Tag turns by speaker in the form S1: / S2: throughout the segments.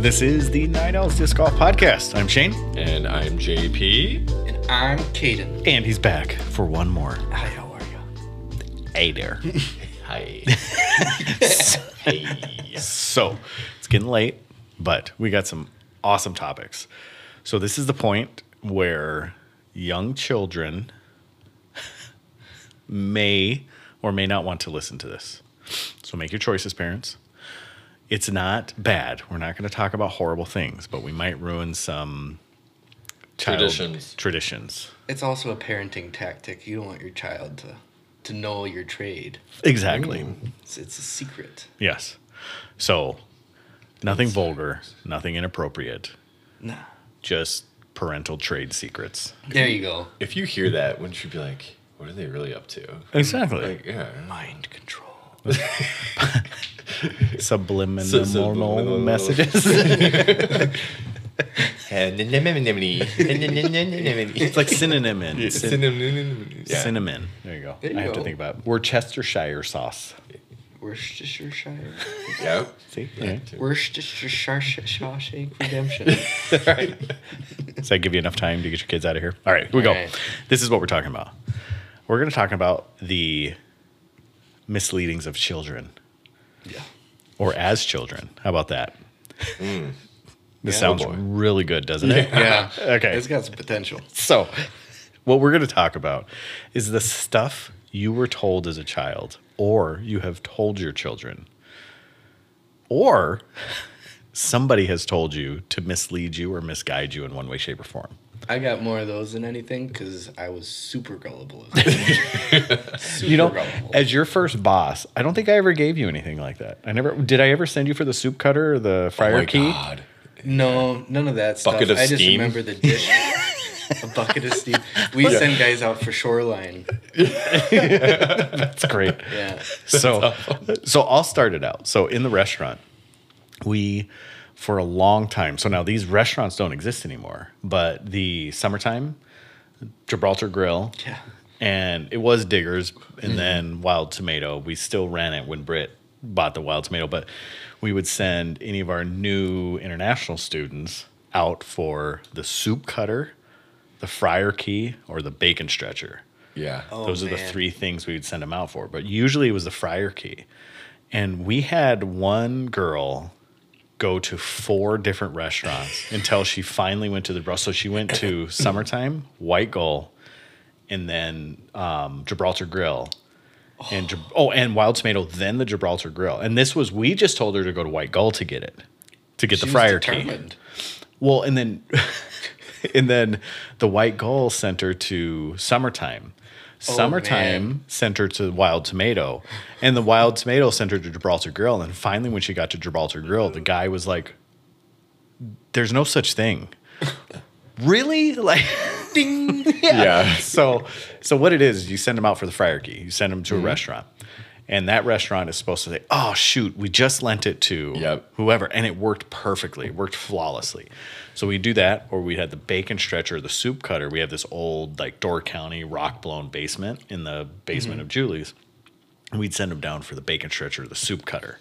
S1: This is the Nine Ls Disc Golf Podcast. I'm Shane,
S2: And I'm JP.
S3: And I'm Caden.
S1: and he's back for one more.
S3: Hi, how are you?
S1: Hey there.
S2: Hi.
S1: so it's getting late, but we got some awesome topics. So this is the point where young children may or may not want to listen to this. So make your choices, parents. It's not bad. We're not going to talk about horrible things, but we might ruin some child
S2: Traditions.
S1: Traditions.
S3: It's also a parenting tactic. You don't want your child to, to know your trade.
S1: Exactly.
S3: It's, it's a secret.
S1: Yes. So nothing vulgar, nothing inappropriate,
S3: Nah.
S1: just parental trade secrets.
S3: There you go.
S2: If you hear that, wouldn't you be like, what are they really up to?
S1: Exactly.
S2: Like, yeah.
S3: Mind control.
S1: Subliminal
S2: Su- subliminal.
S1: messages. it's
S2: it's
S1: like cinnamon. in. Cin-
S2: cinnamon. Yeah.
S1: Cinnamon. There you go.
S3: There you
S1: I have to
S3: go.
S1: think about it. Worcestershire sauce.
S3: Worcestershire.
S2: Yep.
S1: See?
S3: Worcestershire Shawshank Redemption.
S1: Does that give you enough time to get your kids out of here? All right, here we go.
S3: All right.
S1: This is what we're talking about. We're going to talk about the misleadings of children
S3: yeah.
S1: or as children. How about that? this
S3: Yeah.
S1: sounds
S2: Hmm. Oh, boy.
S1: really good, doesn't it?
S3: Yeah.
S1: Okay.
S3: It's got some potential.
S1: So, what we're going to talk about is the stuff you were told as a child, or you have told your children, or somebody has told you to mislead you or misguide you in one way, shape, or form.
S3: I got more of those than anything because I was super gullible. super
S1: You know,
S3: gullible.
S1: as your first boss, I don't think I ever gave you anything like that. I never did. I ever send you for the soup cutter or the
S2: Oh
S1: fryer
S2: my
S1: key?
S2: God.
S3: No, none of that stuff.
S2: Bucket of
S3: I just
S2: steam?
S3: remember the dish. a bucket of steam. We send guys out for shoreline.
S1: That's great.
S3: Yeah.
S1: so so I'll start it out. So in the restaurant, we for a long time. So now these restaurants don't exist anymore, but the summertime Gibraltar Grill
S3: Yeah.
S1: and it was Diggers and then Wild Tomato. We still ran it when Britt bought the Wild Tomato, but we would send any of our new international students out for the soup cutter, the fryer key, or the bacon stretcher.
S2: Yeah.
S3: Oh,
S1: Those are the
S3: man.
S1: three things we would send them out for. But usually it was the fryer key. And we had one girl go to four different restaurants until she finally went to the Brussels. She went to Summertime, White Gull, and then um, Gibraltar Grill. And Gib- oh, and Wild Tomato, then the Gibraltar Grill. And this was we just told her to go to White Gull to get it, to get
S3: She
S1: the
S3: was
S1: fryer key.
S3: determined.
S1: Well, and then and then the White Gull sent her to Summertime. Summertime sent her to Wild Tomato, and the Wild Tomato sent her to Gibraltar Grill. And finally, when she got to Gibraltar Grill, the guy was like, "There's no such thing." really? Like, ding. Yeah.
S2: Yeah.
S1: So, so what it is, you send them out for the fryer key. You send them to a restaurant, and that restaurant is supposed to say, "Oh shoot, we just lent it to
S2: Yep.
S1: whoever," and it worked perfectly. It worked flawlessly. So we do that, or we had the bacon stretcher, the soup cutter. We have this old like Door County rock blown basement in the basement
S2: Mm-hmm.
S1: of Julie's. And we'd send them down for the bacon stretcher, the soup cutter.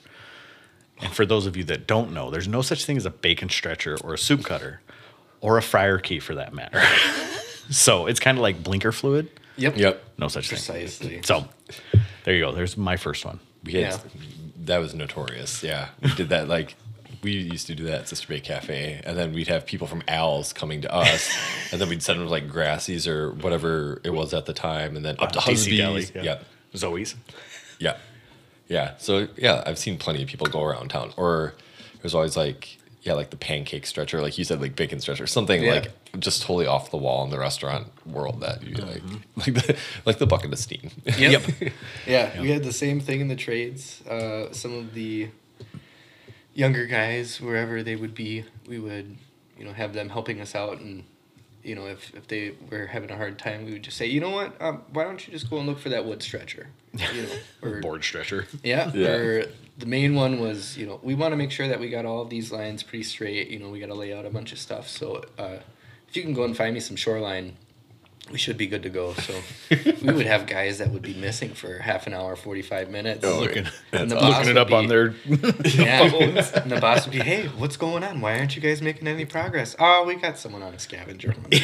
S1: And for those of you that don't know, there's no such thing as a bacon stretcher or a soup cutter or a fryer key for that matter. so it's kind of like blinker fluid.
S3: Yep.
S2: Yep.
S1: No such
S3: Precisely.
S1: thing. So there you go. There's my first one.
S2: We had,
S3: Yeah.
S2: That was notorious. Yeah. We did that like we used to do that at Sister Bay Cafe, and then we'd have people from Owls coming to us, and then we'd send them like Grassies or whatever it was at the time, and then up to
S1: DC Uh, Deli.
S2: Husby's. Yeah.
S1: Zoe's.
S2: yeah, yeah. So yeah, I've seen plenty of people go around town, or there's always like yeah, like the pancake stretcher, like you said, like bacon stretcher, something
S3: Yeah.
S2: like just totally off the wall in the restaurant world that you like, like the like the bucket of steam.
S3: Yep. yeah, we had the same thing in the trades. Uh, some of the younger guys, wherever they would be, we would, you know, have them helping us out, and you know, if, if they were having a hard time, we would just say, you know what, um, why don't you just go and look for that wood stretcher, you know, or
S1: Board stretcher.
S3: yeah,
S2: Yeah.
S3: or the main one was, you know, we want to make sure that we got all of these lines pretty straight. You know, we got to lay out a bunch of stuff. So uh, if you can go and find me some shoreline, we should be good to go. So we would have guys that would be missing for half an hour, forty five minutes.
S2: Oh,
S1: looking,
S3: And the boss
S1: looking it
S3: would
S1: up
S3: be-
S1: on their
S3: yeah.
S1: phones.
S3: and the boss would be, "Hey, what's going on? Why aren't you guys making any progress? Oh, we got someone on a scavenger hunt."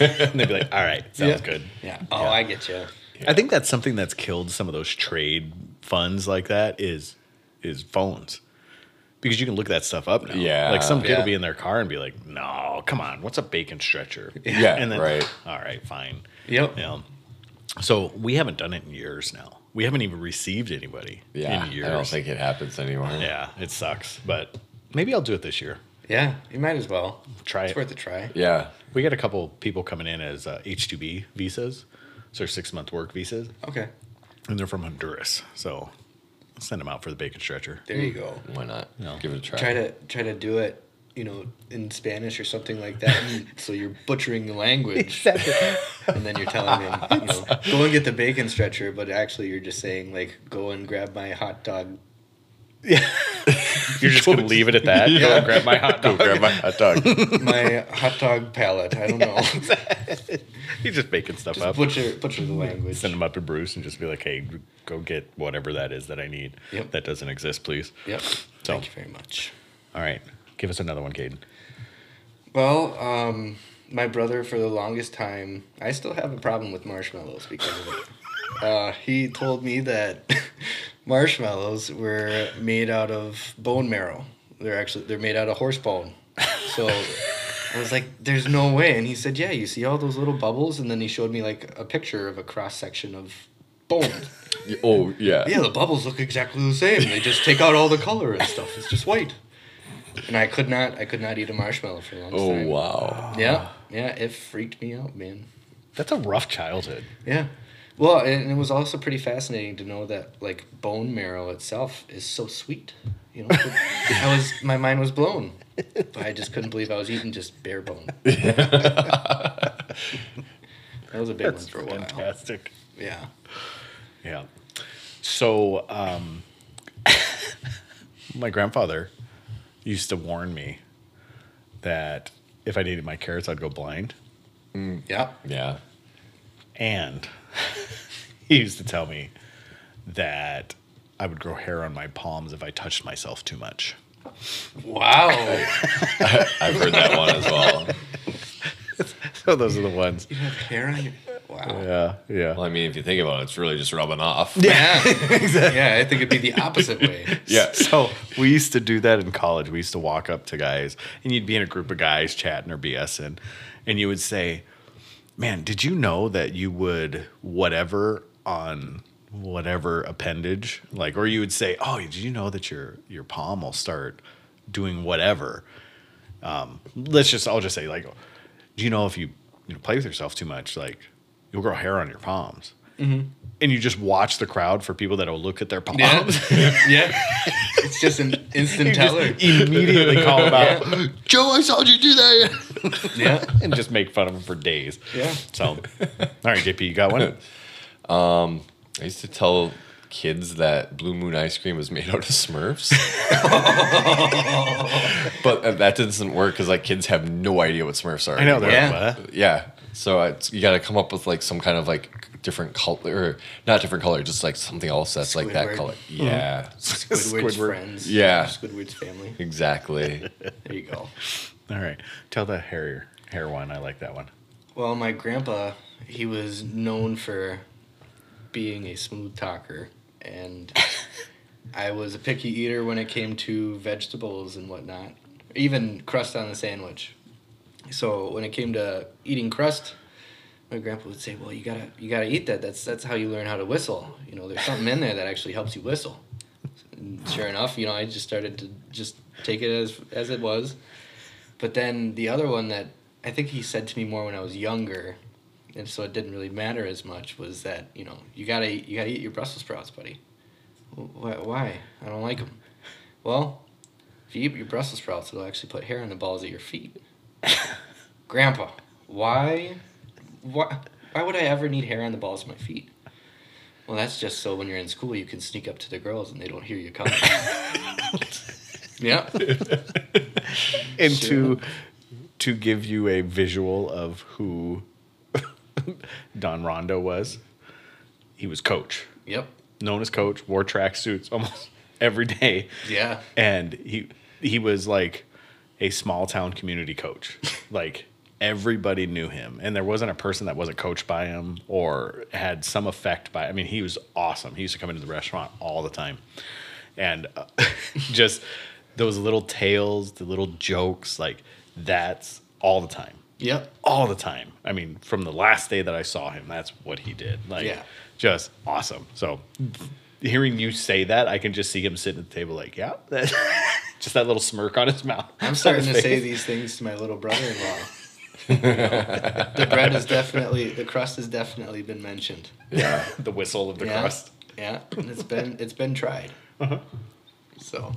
S1: and they'd be like, all right, sounds
S3: Yeah.
S1: good.
S3: Yeah. Oh, I get you.
S1: I think that's something that's killed some of those trade funds like that is is phones. Because you can look that stuff up now.
S2: Yeah.
S1: Like some kid
S3: Yeah.
S1: will be in their car and be like, No, come on, what's a bacon stretcher?
S2: Yeah,
S1: And then
S2: right.
S1: all right, fine.
S3: Yep.
S1: You know. So we haven't done it in years now. We haven't even received anybody
S2: Yeah,
S1: in years.
S2: I don't think it happens anymore.
S1: yeah, it sucks. But maybe I'll do it this year.
S3: Yeah. You might as well.
S1: Try
S3: It's
S1: it.
S3: worth a try.
S2: yeah,
S1: We got a couple people coming in as uh, H2B visas. So they're six month work visas.
S3: Okay.
S1: And they're from Honduras. So send them out for the bacon stretcher.
S3: There you go.
S2: why not?
S1: No.
S2: Give it a try.
S3: Try to try to do it, you know, in Spanish or something like that. and so you're butchering the language. and then you're telling him, you know, go and get the bacon stretcher, but actually you're just saying like, go and grab my hot dog.
S1: You're just going to leave it at that. Go and grab my hot
S2: Go
S1: dog.
S2: grab my hot dog.
S3: My hot dog palate. I don't know.
S1: He's just making stuff
S3: Just
S1: up.
S3: butcher butcher the language.
S1: Send him up to Bruce and just be like, hey, go get whatever that is that I need.
S3: Yep.
S1: That doesn't exist, please.
S3: Yep.
S1: So.
S3: Thank you very much.
S1: All right. Give us another one, Caden.
S3: Well, um, my brother for the longest time, I still have a problem with marshmallows because of it. Uh, he told me that marshmallows were made out of bone marrow. They're actually they're made out of horse bone. So I was like, "There's no way." And he said, "Yeah, you see all those little bubbles?" And then he showed me like a picture of a cross section of bone.
S2: Oh yeah.
S3: Yeah, the bubbles look exactly the same. They just take out all the color and stuff. It's just white. And I could not, I could not eat a marshmallow for the longest
S2: Oh
S3: time.
S2: wow.
S3: Yeah, yeah, it freaked me out, man.
S1: That's a rough childhood.
S3: Yeah. Well, and it was also pretty fascinating to know that like bone marrow itself is so sweet. You know, I was my mind was blown, but I just couldn't believe I was eating just bare bone. that was a big
S1: That's
S3: one for a while.
S1: fantastic.
S3: Yeah.
S1: Yeah. So, um, my grandfather used to warn me that if I needed my carrots, I'd go blind.
S3: Yeah.
S2: Yeah.
S1: And he used to tell me that I would grow hair on my palms if I touched myself too much.
S3: Wow.
S2: I've heard that one as well.
S1: So, those are the ones.
S3: you have hair on your. Wow.
S1: Yeah. Yeah.
S2: Well, I mean, if you think about it, it's really just rubbing off.
S3: Yeah. Yeah, I think it'd be the opposite way.
S2: Yeah.
S1: So we used to do that in college. We used to walk up to guys, and you'd be in a group of guys chatting or BSing, and you would say, "Man, did you know that you would whatever on whatever appendage like?" Or you would say, "Oh, did you know that your your palm will start doing whatever?" Um, let's just I'll just say like, "Do you know if you you know play with yourself too much, like you'll grow hair on your palms." And you just watch the crowd for people that'll look at their palms.
S3: Yeah. yeah. It's just an instant teller.
S1: immediately call him out
S2: Joe, I saw you do that.
S3: Yeah.
S1: and just make fun of him for days.
S3: Yeah.
S1: So, all right, JP, you got one?
S2: I used to tell kids that Blue Moon ice cream was made out of Smurfs. but uh, that doesn't work because like kids have no idea what Smurfs are.
S1: I know
S2: anymore.
S1: they're
S3: Yeah.
S1: what?
S2: Yeah. So uh, it's, you got to come up with like some kind of like different color, or not different color, just like something else that's like that
S3: Squidward.
S2: color.
S1: Hmm.
S2: Yeah.
S3: Squidward's friends.
S2: Yeah.
S3: Squidward's family.
S2: Exactly.
S3: There you go.
S1: All right, tell the hair hair one. I like that one.
S3: Well, my grandpa, he was known for being a smooth talker, and I was a picky eater when it came to vegetables and whatnot, even crust on the sandwich. So when it came to eating crust, my grandpa would say, "Well, you gotta you gotta eat that. That's that's how you learn how to whistle. You know, there's something in there that actually helps you whistle." And sure enough, you know, I just started to just take it as as it was. But then the other one that I think he said to me more when I was younger, and so it didn't really matter as much was that you know you gotta you gotta eat your Brussels sprouts, buddy. Why? why? I don't like them. Well, if you eat your Brussels sprouts, it'll actually put hair on the balls of your feet. Grandpa, why, why, why would I ever need hair on the balls of my feet? Well, that's just so when you're in school, you can sneak up to the girls and they don't hear you coming. yeah.
S1: And to to give you a visual of who Don Rondo was. He was coach,
S3: Yep.
S1: known as coach, wore track suits almost every day
S3: Yeah.
S1: and he he was like a small town community coach. Like everybody knew him, and there wasn't a person that wasn't coached by him or had some effect by. I mean, he was awesome. He used to come into the restaurant all the time, and uh, just those little tales, the little jokes, like that's all the time
S3: Yep.
S1: all the time. I mean, from the last day that I saw him, that's what he did. Like,
S3: Yeah.
S1: just awesome. So, hearing you say that, I can just see him sitting at the table, like, yeah, that, just that little smirk on his mouth.
S3: I'm starting
S1: on
S3: to
S1: his
S3: say
S1: face.
S3: these things to my little brother-in-law. the bread is definitely the crust has definitely been mentioned.
S2: Yeah.
S1: the whistle of the
S3: yeah.
S1: crust. Uh-huh.
S3: Yeah, and it's been it's been tried. So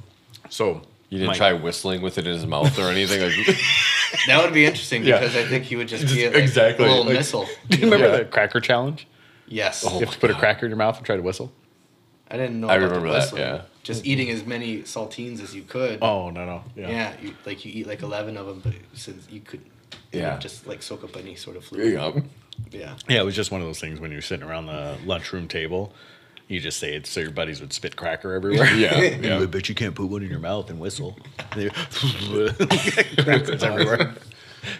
S1: So
S2: You didn't
S1: Mike,
S2: try whistling with it in his mouth or anything. Like,
S3: that would be interesting
S1: Yeah.
S3: because I think he would just, be like
S2: exactly,
S3: a little
S2: like-
S3: missile.
S1: Do you remember Oh.
S2: Yeah.
S1: the cracker challenge?
S3: Yes,
S1: You have to put a cracker in your mouth and try to whistle.
S3: I didn't know.
S2: I
S3: about
S2: remember
S3: the
S2: that,
S3: whistling.
S2: yeah.
S3: just eating as many saltines as you could.
S1: Oh no no yeah.
S3: Yeah, you, like you eat like eleven of them, but since you could, you
S2: Yeah.
S3: know, just like soak up any sort of
S2: there you
S3: fluid.
S2: go.
S3: Yeah,
S1: Yeah, it was just one of those things when you're sitting around the lunchroom table. You just say it so your buddies would spit cracker everywhere.
S2: Yeah, yeah.
S1: I bet you can't put one in your mouth and whistle. Crackers everywhere.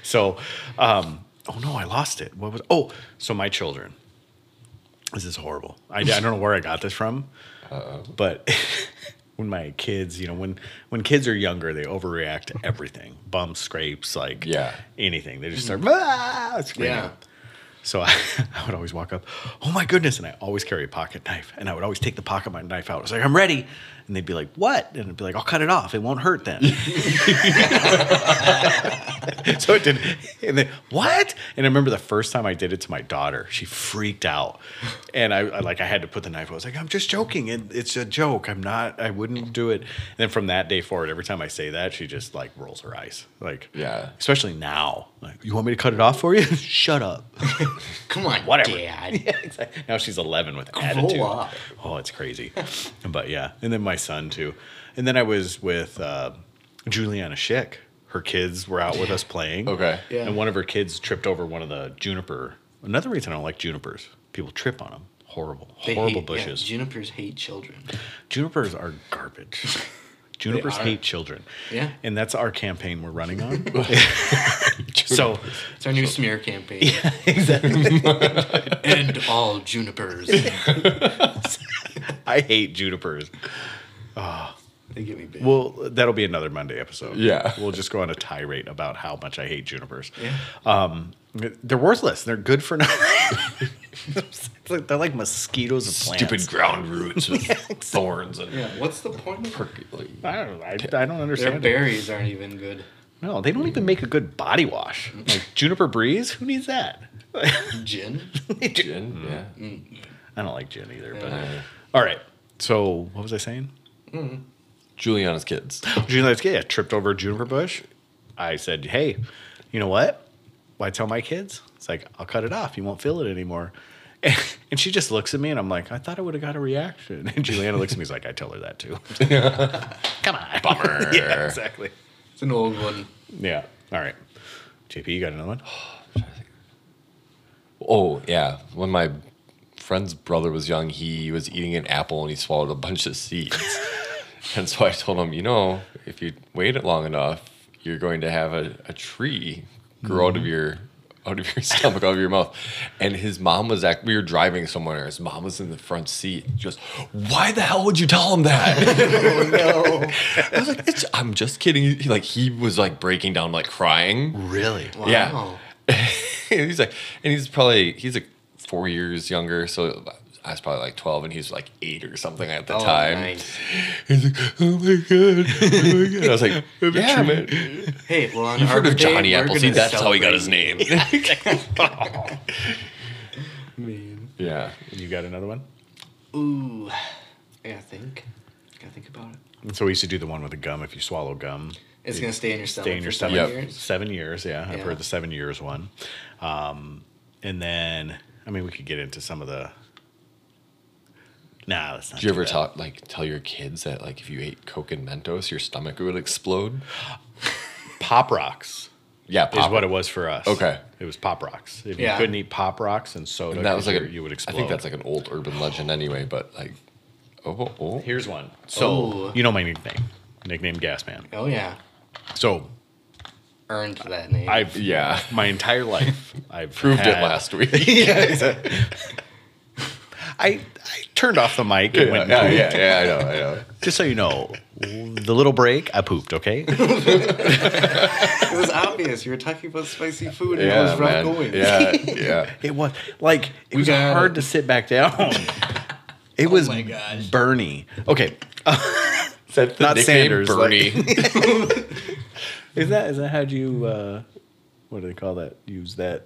S1: So, um, oh no, I lost it. What was? Oh, so my children. This is horrible. I, I don't know where I got this from, but when my kids, you know, when when kids are younger, they overreact to everything. Bumps, scrapes, like
S2: Yeah.
S1: anything. They just start "Ah!" screaming.
S3: yeah,
S1: So I, I would always walk up, oh my goodness. And I always carry a pocket knife. And I would always take the pocket mi- knife out. I was like, I'm ready. And they'd be like, what? And I'd be like, I'll cut it off. It won't hurt then. so it did. And then, what? And I remember the first time I did it to my daughter, she freaked out. And I, I like, I had to put the knife. I was like, I'm just joking. It, it's a joke. I'm not, I wouldn't do it. And then from that day forward, every time I say that, she just like rolls her eyes. Like,
S2: Yeah.
S1: Especially now. Like, you want me to cut it off for you? Shut up.
S3: come on,
S1: Whatever.
S3: Dad.
S1: Yeah, exactly. Now she's 11 with attitude.
S3: up.
S1: Oh, it's crazy. but yeah, and then my son too. And then I was with uh, Juliana Schick. Her kids were out with us playing.
S2: Okay.
S3: Yeah.
S1: And one of her kids tripped over one of the juniper. Another reason I don't like junipers, people trip on them. Horrible,
S3: They
S1: horrible
S3: hate- yeah,
S1: bushes.
S3: junipers hate children.
S1: junipers are garbage. Junipers
S3: are.
S1: hate children.
S3: Yeah.
S1: And that's our campaign we're running on. so,
S3: It's our new smear campaign.
S1: exactly.
S3: End all junipers.
S1: I hate junipers.
S3: they get me big.
S1: Well, that'll be another Monday episode.
S2: Yeah.
S1: We'll just go on a tirade about how much I hate junipers.
S3: Yeah.
S1: Um, they're worthless. They're good for nothing. It's like- they're like mosquitoes of plants.
S2: Stupid ground roots with thorns and
S3: yeah, what's the point? of
S2: percolate.
S1: I don't, I, I don't
S3: Their
S1: understand. it.
S3: berries aren't even good.
S1: No, they don't even make a good body wash. Like juniper breeze, who needs that?
S3: Gin?
S2: Gin, yeah.
S1: Hmm. I don't like gin either. But
S2: Uh,
S1: all right. So what was I saying?
S2: Juliana's kids.
S1: Juniper Bush, yeah, tripped over a juniper bush. I said, hey, you know what? Why tell my kids? It's like, I'll cut it off. You won't feel it anymore. And, she just looks at me and I'm like, I thought I would have got a reaction. And Juliana looks at me and is like, I tell her that too. Come on.
S2: Bummer.
S1: yeah, exactly.
S3: It's an old one.
S1: Yeah. All right. JP, you got another one?
S2: Oh yeah, when my friend's brother was young, he was eating an apple and he swallowed a bunch of seeds. and so I told him, you know, if you wait it long enough, you're going to have a, a tree grow out of your out of your stomach, out of your mouth. And his mom was act. We were driving somewhere. and His mom was in the front seat. Just why the hell would you tell him that?
S3: Oh, no.
S2: I was like, it's, I'm just kidding. He, like he was like breaking down, like crying.
S1: Really?
S3: Wow.
S2: Yeah. he's like, and he's probably he's like four years younger, so I was probably like twelve, and he's like eight or something at the
S3: Oh,
S2: time.
S3: nice.
S2: He's like, oh my god, oh my god. I was like, yeah, man.
S3: Hey, well, on
S2: You've
S3: Arbor
S2: heard of
S3: Day,
S2: Johnny
S3: we're
S2: Appleseed?
S3: gonna
S2: That's how he got
S3: celebrate.
S2: his name. yeah,
S1: You got another one?
S3: Ooh. Yeah, I think. Gotta think about it.
S1: And so we used to do the one with the gum. If you swallow gum,
S3: It's gonna stay in your stomach.
S1: stay in your
S3: for
S1: stomach.
S3: seven
S2: Yep.
S3: years.
S1: Seven years, yeah. I've
S3: Yeah.
S1: heard the seven years one. Um, and then, I mean, we could get into some of the. Nah, that's not.
S2: do you ever
S1: that.
S2: talk like tell your kids that like if you ate Coke and Mentos, your stomach would explode?
S1: Pop rocks.
S2: Yeah,
S1: is what it was for us.
S2: Okay.
S1: It was Pop Rocks. If
S3: Yeah.
S1: you couldn't eat Pop Rocks and soda,
S2: And that was like
S1: you,
S2: a,
S1: you would explode.
S2: I think that's like an old urban legend anyway, but like, oh, oh, oh.
S1: Here's one. So
S3: Ooh.
S1: you know my nickname, nickname Gasman.
S3: Oh yeah,
S1: So
S3: earned that name.
S1: I've
S2: yeah,
S1: my entire life I've
S2: proved it
S1: had-
S2: last week.
S1: I, I turned off the mic and
S2: yeah,
S1: went.
S2: yeah, yeah, I know, I know.
S1: Just so you know, the little break I pooped. Okay.
S3: it was obvious. You were talking about spicy food, and I
S2: Yeah,
S3: was right
S2: man.
S3: going.
S2: yeah, yeah.
S1: It was like it was
S3: got
S1: hard
S3: it.
S1: to sit back down. It was
S3: my gosh.
S1: Bernie. Okay,
S2: Is that the
S1: Not
S2: nickname?
S1: Sanders,
S2: Bernie.
S1: is that is that how do you uh, what do they call that? Use that,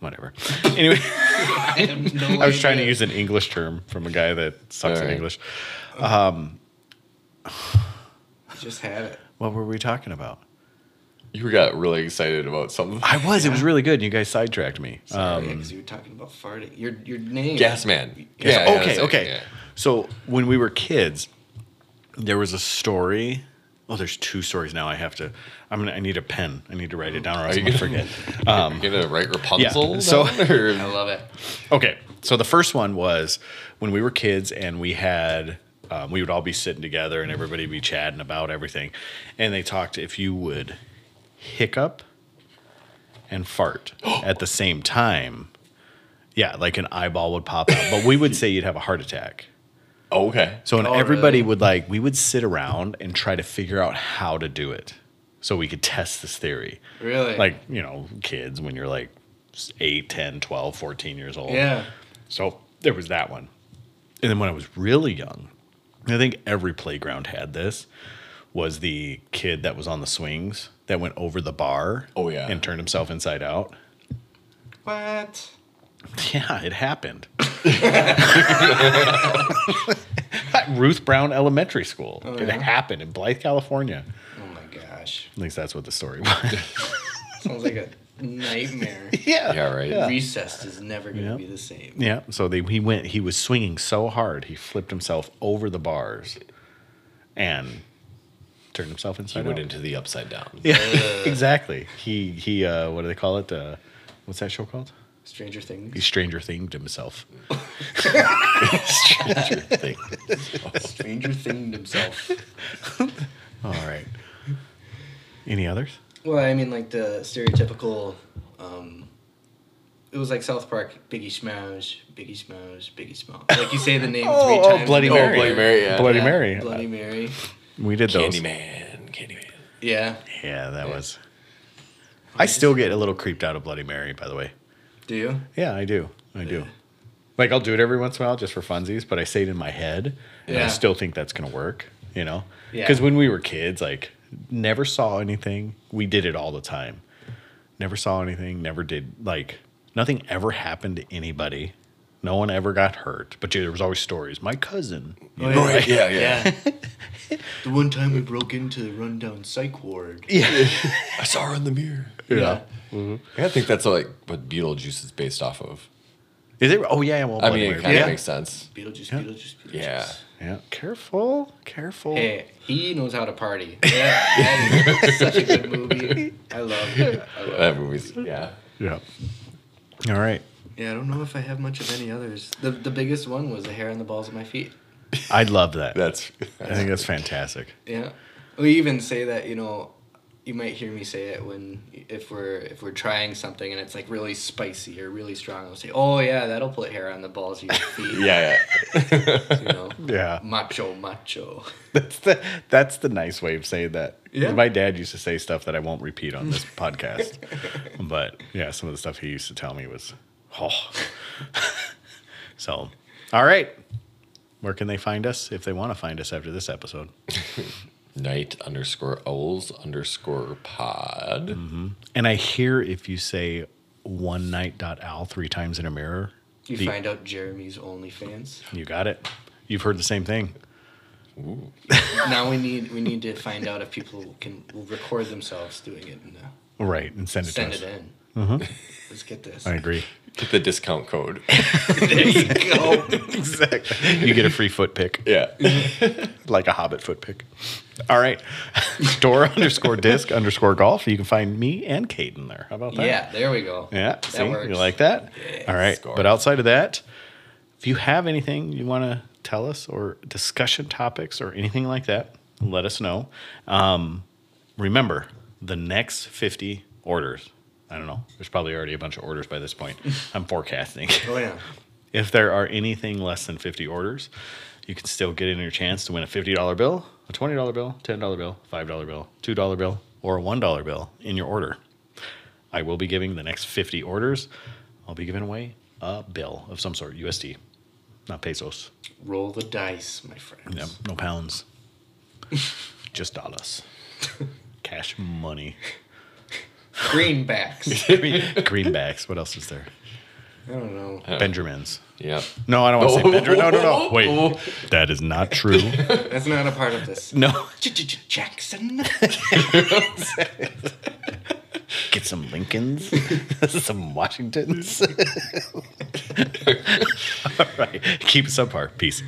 S1: whatever. Anyway,
S3: I, have no
S1: I was
S3: idea.
S1: trying to use an English term from a guy that sucks
S2: All
S1: at
S2: right.
S1: English.
S3: Just had it.
S1: What were we talking about?
S2: you got really excited about something.
S1: I was. It was really good. and You guys sidetracked me.
S3: Sorry, 'cause you were talking about farting. Your your name.
S2: Gas man.
S1: Yeah,
S2: Yeah, yeah,
S1: okay,
S2: that's it,
S1: okay.
S2: yeah.
S1: So when we were kids, there was a story. Oh, there's two stories now. I have to. I'm gonna. I need a pen. I need to write it down, or else
S2: Are
S1: I'm
S2: you
S1: gonna forget.
S2: You're gonna write Rapunzel?
S1: Um, yeah, so-
S2: down, or-
S3: I love it.
S1: Okay, so the first one was when we were kids and we had um, we would all be sitting together and everybody would be chatting about everything, and they talked if you would hiccup and fart at the same time. Yeah, like an eyeball would pop out, but we would say you'd have a heart attack.
S2: oh, okay.
S1: So and
S3: Oh,
S1: everybody
S3: really?
S1: would like we would sit around and try to figure out how to do it, so we could test this theory.
S3: Really.
S1: Like you know, kids when you're like 8, 10, 12, 14 years old.
S3: Yeah.
S1: So there was that one. And then when I was really young, I think every playground had this, was the kid that was on the swings that went over the bar
S2: Oh, yeah.
S1: and turned himself inside out.
S3: What?
S1: Yeah, it happened. At Ruth Brown Elementary School. It
S3: yeah?
S1: happened in Blythe, California.
S3: Oh my gosh.
S1: At least that's what the story was.
S3: Sounds like a nightmare.
S1: yeah.
S2: Yeah, right.
S3: Recessed is never going to
S1: Yep.
S3: be the same.
S1: Yeah, so they, he went. He was swinging so hard, he flipped himself over the bars, and turned himself
S2: He
S1: inside
S2: went
S1: out.
S2: into the upside down.
S1: Yeah, exactly. He he. Uh, what do they call it? Uh, what's that show called?
S3: Stranger
S1: He
S3: Things.
S1: Stranger themed himself.
S2: Thing.
S3: Stranger Thinged himself.
S1: All right. Any others?
S3: Well, I mean, like the stereotypical. Um, it was like South Park, Biggie Smash, Biggie Smash, Biggie Smash. Like you say the name
S1: Oh,
S3: three
S1: oh,
S3: times.
S1: Bloody
S3: and-
S2: Oh,
S1: Mary.
S2: Bloody Mary. Yeah.
S1: Bloody
S3: Yeah,
S1: Mary.
S3: Bloody Mary.
S1: We did those.
S2: Candyman. Candyman.
S3: Yeah.
S1: Yeah, that was. I still get a little creeped out of Bloody Mary. By the way.
S3: Do you?
S1: Yeah, I do. I do. Like I'll do it every once in a while just for funsies, but I say it in my head, and I
S3: Yeah.
S1: still think that's gonna work. You know,
S3: Yeah.
S1: because when we were kids, like never saw anything. We did it all the time. Never saw anything. Never did like nothing ever happened to anybody. No one ever got hurt, but yeah, there was always stories. My cousin,
S3: Oh,
S1: you know,
S2: Right, yeah, yeah.
S3: the one time we broke into the rundown psych ward.
S2: I saw her in the mirror.
S1: Yeah.
S2: I think that's like what Beetlejuice is based off of.
S1: is it? Oh yeah, well,
S2: I
S1: Bloody
S2: mean, it
S1: Mary.
S2: kind of
S3: Yeah.
S2: makes sense.
S3: Beetlejuice, Beetlejuice, Beetlejuice.
S2: Yeah.
S1: yeah. Careful, careful.
S3: Hey, Oh, he knows how to party. Yeah, that is such a good movie. I love it. I love it.
S2: That movie's, yeah.
S1: Yeah. All right.
S3: Yeah, I don't know if I have much of any others. The the biggest one was the hair on the balls of my feet.
S1: I love that.
S2: That's,
S1: I think that's fantastic.
S3: Yeah, we even say that you know, you might hear me say it when if we're if we're trying something and it's like really spicy or really strong. I'll say, oh yeah, that'll put hair on the balls of your feet.
S2: yeah, yeah.
S3: you know,
S1: Yeah.
S3: macho, macho.
S1: That's the that's the nice way of saying that.
S3: Yeah.
S1: My dad used to say stuff that I won't repeat on this podcast, but yeah, some of the stuff he used to tell me was, oh. so, all right. Where can they find us if they want to find us after this episode?
S2: Night underscore owls underscore pod.
S1: And I hear if you say one night dot owl three times in a mirror,
S3: You
S1: The-
S3: find out Jeremy's OnlyFans.
S1: you got it. You've heard the same thing.
S3: now we need we need to find out if people can record themselves doing it and uh,
S1: Right. And send it
S3: send
S1: to us.
S3: it in.
S1: Uh-huh.
S3: Let's get this.
S1: I agree.
S2: Get the discount code.
S3: There you go.
S1: exactly. You get a free foot pick.
S2: Yeah.
S1: like a hobbit foot pick. All right. Dora underscore disc underscore golf. You can find me and Caden there. How about that?
S3: Yeah, there we go.
S1: Yeah.
S3: that
S1: see,
S3: works.
S1: you like that? All right.
S2: score.
S1: But outside of that, if you have anything you want to tell us or discussion topics or anything like that, let us know. Um, remember, the next 50 orders, I don't know, there's probably already a bunch of orders by this point. I'm forecasting.
S3: Oh yeah.
S1: If there are anything less than 50 orders, you can still get in your chance to win a $50 bill, a $20 bill, $10 bill, $5 bill, $2 bill, or a $1 bill in your order. I will be giving the next 50 orders. I'll be giving away a bill of some sort, USD, not pesos.
S3: Roll the dice, my friends.
S1: Yep, no pounds, just dollars. Cash money.
S3: Greenbacks.
S1: Green- greenbacks. What else is there?
S3: I don't know.
S1: Benjamins.
S2: Yeah.
S1: No, I don't want to say
S2: Oh.
S1: Benjamin. No, no, no. Wait, that is not true.
S3: That's not a part of this.
S1: No.
S3: Jackson.
S1: Get some Lincolns, some Washingtons. All right. Keep us up, Peace.